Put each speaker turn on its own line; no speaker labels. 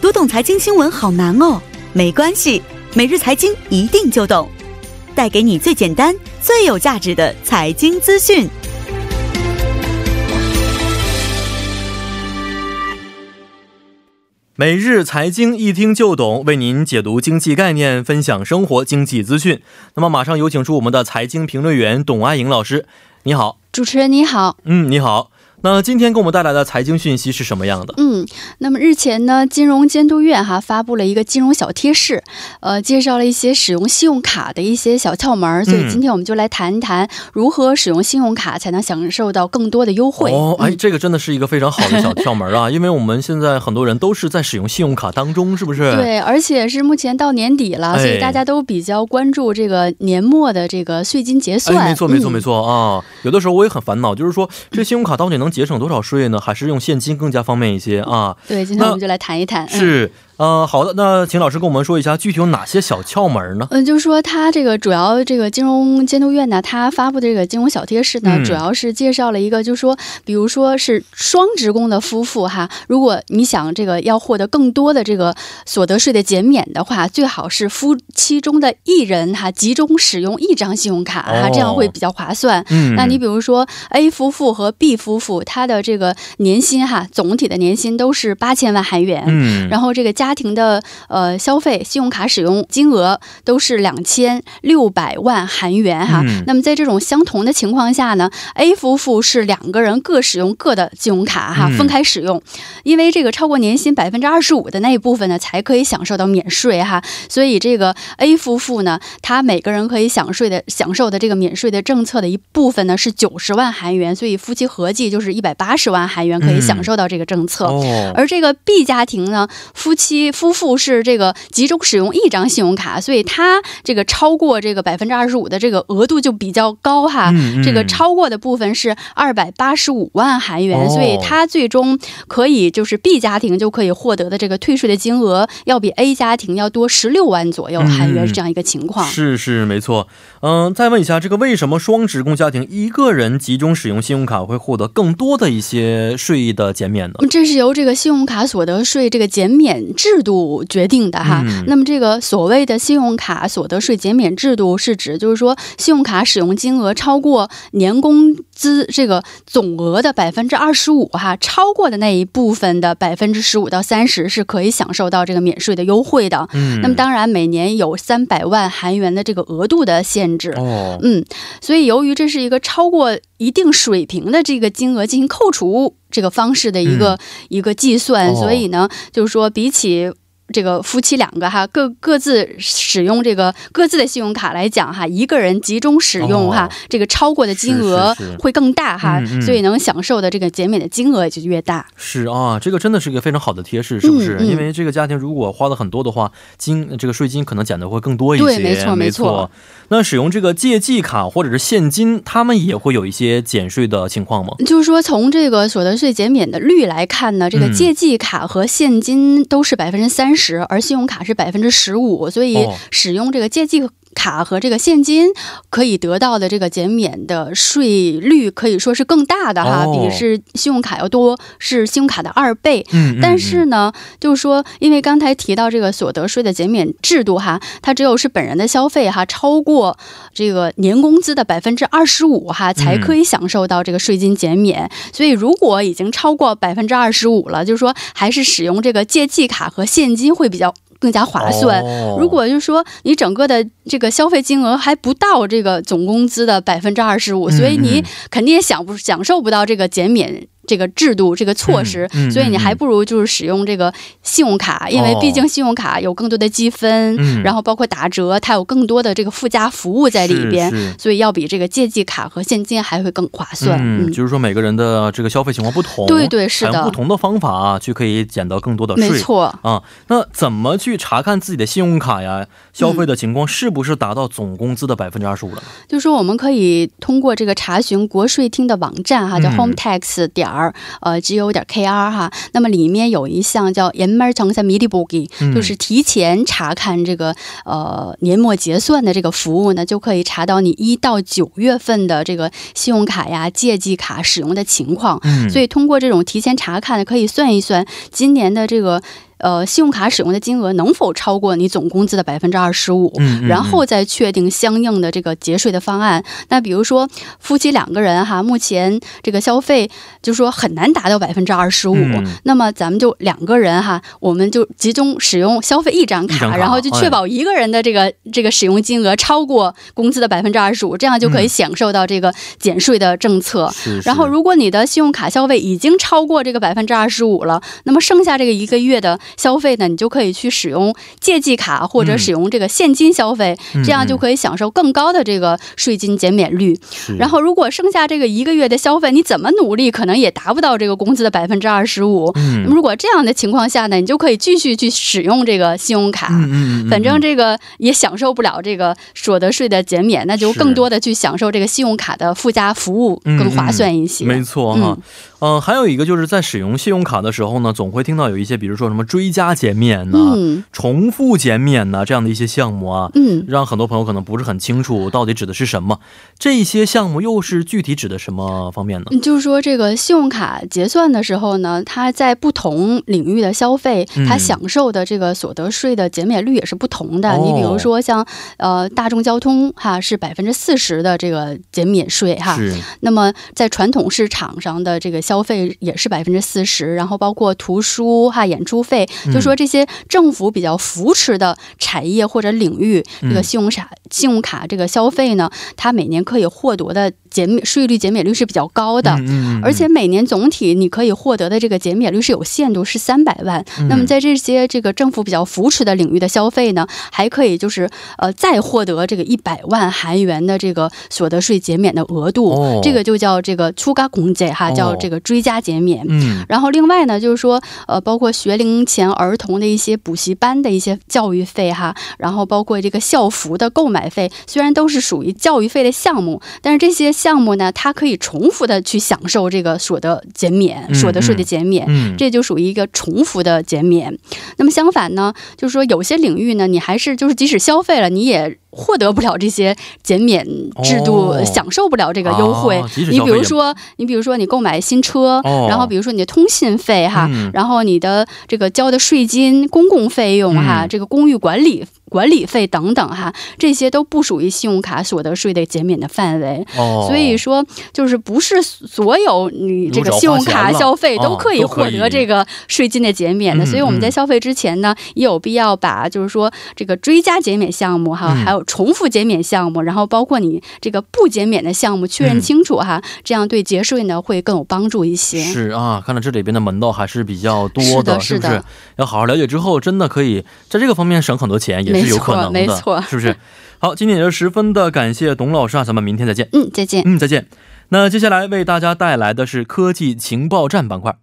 读懂财经新闻好难哦，没关系，每日财经一定就懂，带给你最简单、最有价值的财经资讯。
每日财经一听就懂，为您解读经济概念，分享生活经济资讯。那么，马上有请出我们的财经评论员董爱颖老师，你好。
主持人你好，
嗯，你好。那今天给我们带来的财经讯息是什么样的？
嗯，那么日前呢，金融监督院哈发布了一个金融小贴士，呃，介绍了一些使用信用卡的一些小窍门儿，所
嗯
以今天我们就来谈一谈如何使用信用卡才能享受到更多的优惠。
哦，哎，
嗯
这个真的是一个非常好 的小窍门啊，因为我们现在很多人都是在使用信用卡当中，是不是？，
对，而且是目前到年底了，
哎
所以大家都比较关注这个年末的这个税金结算。
哎，没错，没错，
嗯
没错啊！有的时候我也很烦恼，就是说这信用卡到底能节省多少税呢？还是用现金更加方便一些啊？
对，今天我
那
们就来谈一谈。嗯
是，呃，好的，那请老师跟我们说一下具体有哪些小窍门呢？
嗯，就是说它这个主要这个金融监督院呢，它发布的这个金融小贴士呢，
嗯
主要是介绍了一个，就是说，比如说是双职工的夫妇哈，如果你想这个要获得更多的这个所得税的减免的话，最好是夫妻中的一人哈集中使用一张信用卡哈，这样会比较划算。
哦嗯，
那你比如说 A 夫妇和 B 夫妇，他的这个年薪哈，总体的年薪都是八千万韩元，
嗯，
然后这个家庭的呃消费信用卡使用金额都是两千六百万韩元哈、
嗯
那么在这种相同的情况下呢，A 夫妇是两个人各使用各的信用卡哈，
嗯
分开使用，因为这个超过年薪百分之二十五的那一部分呢，才可以享受到免税哈。所以这个 A 夫妇呢，他每个人可以享税的享受的这个免税的政策的一部分呢是九十万韩元，所以夫妻合计就是一百八十万韩元可以
嗯
享受到这个政策。
哦，
而这个 B 家庭呢，夫妻夫妇是这个集中使用一张信用卡，所以它这个超过这个百分之二十五的这个额度就比较高哈。
嗯
啊这个
嗯
超过的部分是二百八十五万韩元，
哦
所以它最终可以就是 B 家庭就可以获得的这个退税的金额，要比 A 家庭要多十六万左右韩
嗯
元是这样一个情况。
是是没错，嗯、再问一下，这个为什么双职工家庭一个人集中使用信用卡会获得更多的一些税益的减免呢？
嗯这是由这个信用卡所得税这个减免制度决定的哈。
嗯
那么这个所谓的信用卡所得税减免制度，是指就是说信用卡使用金额超过年工资这个总额的百分之二十五哈，超过的那一部分的百分之十五到三十是可以享受到这个免税的优惠的。
嗯，
那么当然每年有三百万韩元的这个额度的限制。
哦，
嗯，所以由于这是一个超过一定水平的这个金额进行扣除这个方式的一个、一个计算，
嗯哦
所以呢，就是说比起。这个夫妻两个哈，各各自使用这个各自的信用卡来讲哈，一个人集中使用哈，
哦
这个超过的金额
是是是
会更大哈，
嗯嗯
所以能享受的这个减免的金额也就越大。
是啊，这个真的是一个非常好的贴士，是不是？
嗯嗯
因为这个家庭如果花的很多的话，金这个税金可能减的会更多一些。
对没错
没
没错。
那使用这个借记卡或者是现金，他们也会有一些减税的情况吗？
就是说，从这个所得税减免的率来看呢，这个
嗯
借记卡和现金都是百分之三十，而信用卡是百分之十五，所以
哦
使用这个借记卡和这个现金可以得到的这个减免的税率可以说是更大的哈，
哦
比是信用卡要多，是信用卡的二倍。
嗯，嗯
但是呢，就是说，因为刚才提到这个所得税的减免制度哈，它只有是本人的消费哈超过这个年工资的百分之二十五哈，才
嗯
可以享受到这个税金减免。所以如果已经超过百分之二十五了，就是说还是使用这个借记卡和现金会比较更加划算。
哦
如果就是说你整个的这个消费金额还不到这个总工资的百分之二十五，所以
嗯
你肯定也享不享受不到这个减免这个制度这个措施，
嗯嗯
所以你
嗯哦
还不如就是使用这个信用卡，因为毕竟信用卡有更多的积分，
嗯
然后包括打折，它有更多的这个附加服务在里边。
是是
所以要比这个借记卡和现金还会更划算。
嗯，就是说每个人的这个消费情况不同，
对对是
采用不
的，
同的方法啊，去可以减到更多的税。
没错。
啊，那怎么去查看自己的信用卡呀？消费的情况是不是达到总工资的百分之二十五了？
就是说我们可以通过这个查询国税厅的网站哈，叫
嗯
home tax 点儿呃 g o 点 k r 哈，那么里面有一项叫 e m e r g e n c y m i d i b o g
嗯
就是提前查看这个呃年末结算的这个服务呢，就可以查到你一到九月份的这个信用卡呀、借记卡使用的情况。
嗯
所以通过这种提前查看，可以算一算今年的这个呃信用卡使用的金额能否超过你总工资的百分之二十五，
嗯嗯
然后再确定相应的这个节税的方案。那比如说夫妻两个人哈，目前这个消费就说很难达到百分之二十五
嗯，
那么咱们就两个人哈，我们就集中使用消费一张卡，
一张卡哎
然后就确保一个人的这个、这个使用金额超过工资的百分之二十五，这样就可以
嗯
享受到这个减税的政策。
是是
然后，如果你的信用卡消费已经超过这个百分之二十五了，那么剩下这个一个月的消费呢，你就可以去使用借记卡或者
嗯
使用这个现金消费，
嗯
这样就可以享受更高的这个税金减免率。
是
然后，如果剩下这个一个月的消费，你怎么努力，可能也达不到这个工资的百分之二十五。那
嗯
么如果这样的情况下呢，你就可以继续去使用这个信用卡。
嗯嗯，
反正这个也享受不了这个所得税的减免，那就是更多的去享受这个信用卡的附加服务，
嗯
更划算一些。
没错哈，嗯、还有一个就是在使用信用卡的时候呢，总会听到有一些，比如说什么追加减免呐、
嗯
重复减免呐、这样的一些项目啊，
嗯，
让很多朋友可能不是很清楚到底指的是什么。这些项目又是具体指的什么方面呢？
嗯就是说这个信用卡结算的时候呢，它在不同领域的消费
嗯，
它享受的这个所得税的减免率也是不同的。
哦
你比如说像呃大众交通哈是百分之四十的这个减免税哈，
是，
那么在传统市场上的这个消费也是百分之四十，然后包括图书哈、演出费，就
嗯
说这些政府比较扶持的产业或者领域，
嗯
这个信用卡信用卡这个消费呢，它每年可以获得的减免税率减免率是比较高的。
嗯嗯嗯
而且每年总体你可以获得的这个减免率是有限度，是三百万。
嗯
那么在这些这个政府比较扶持的领域的消费呢，还可以就是呃再获得这个一百万韩元的这个所得税减免的额度，
哦
这个就叫这个추가공제哈，
哦
叫这个追加减免。
嗯
然后另外呢，就是说，呃，包括学龄前儿童的一些补习班的一些教育费哈，然后包括这个校服的购买费，虽然都是属于教育费的项目，但是这些项目呢，它可以重复的去享受这个所得减免、
嗯
所得税的减免。
嗯，
这就属于一个重复的减免。那么相反呢，就是说有些领域呢，你还是就是即使消费了，你也获得不了这些减免制度，
哦
享受不了这个优惠。
啊即使消费
你比如
也
说，你比如说你购买新车，
哦
然后比如说你的通信费哈，
嗯
然后你的这个交的税金、公共费用哈，
嗯
这个公寓管理。管理费等等哈，这些都不属于信用卡所得税的减免的范围。
哦，
所以说，就是不是所有你这个信用卡消费都可
哦
以获得这个税金的减免
嗯
的。
嗯
所以我们在消费之前呢，也有必要把就是说这个追加减免项目哈，
嗯
还有重复减免项目，然后包括你这个不减免的项目确
嗯
认清楚哈，这样对节税呢会更有帮助一些。
是啊，看来这里边的门道还是比较多
是
的，
的
是
是
不
的
是？要好好了解之后，真的可以在这个方面省很多钱，也是有可能的，
没错没错
是不是？好，今天也就十分的感谢董老师啊，咱们明天再见。
嗯，再见。
嗯，再见。那接下来为大家带来的是科技情报站板块。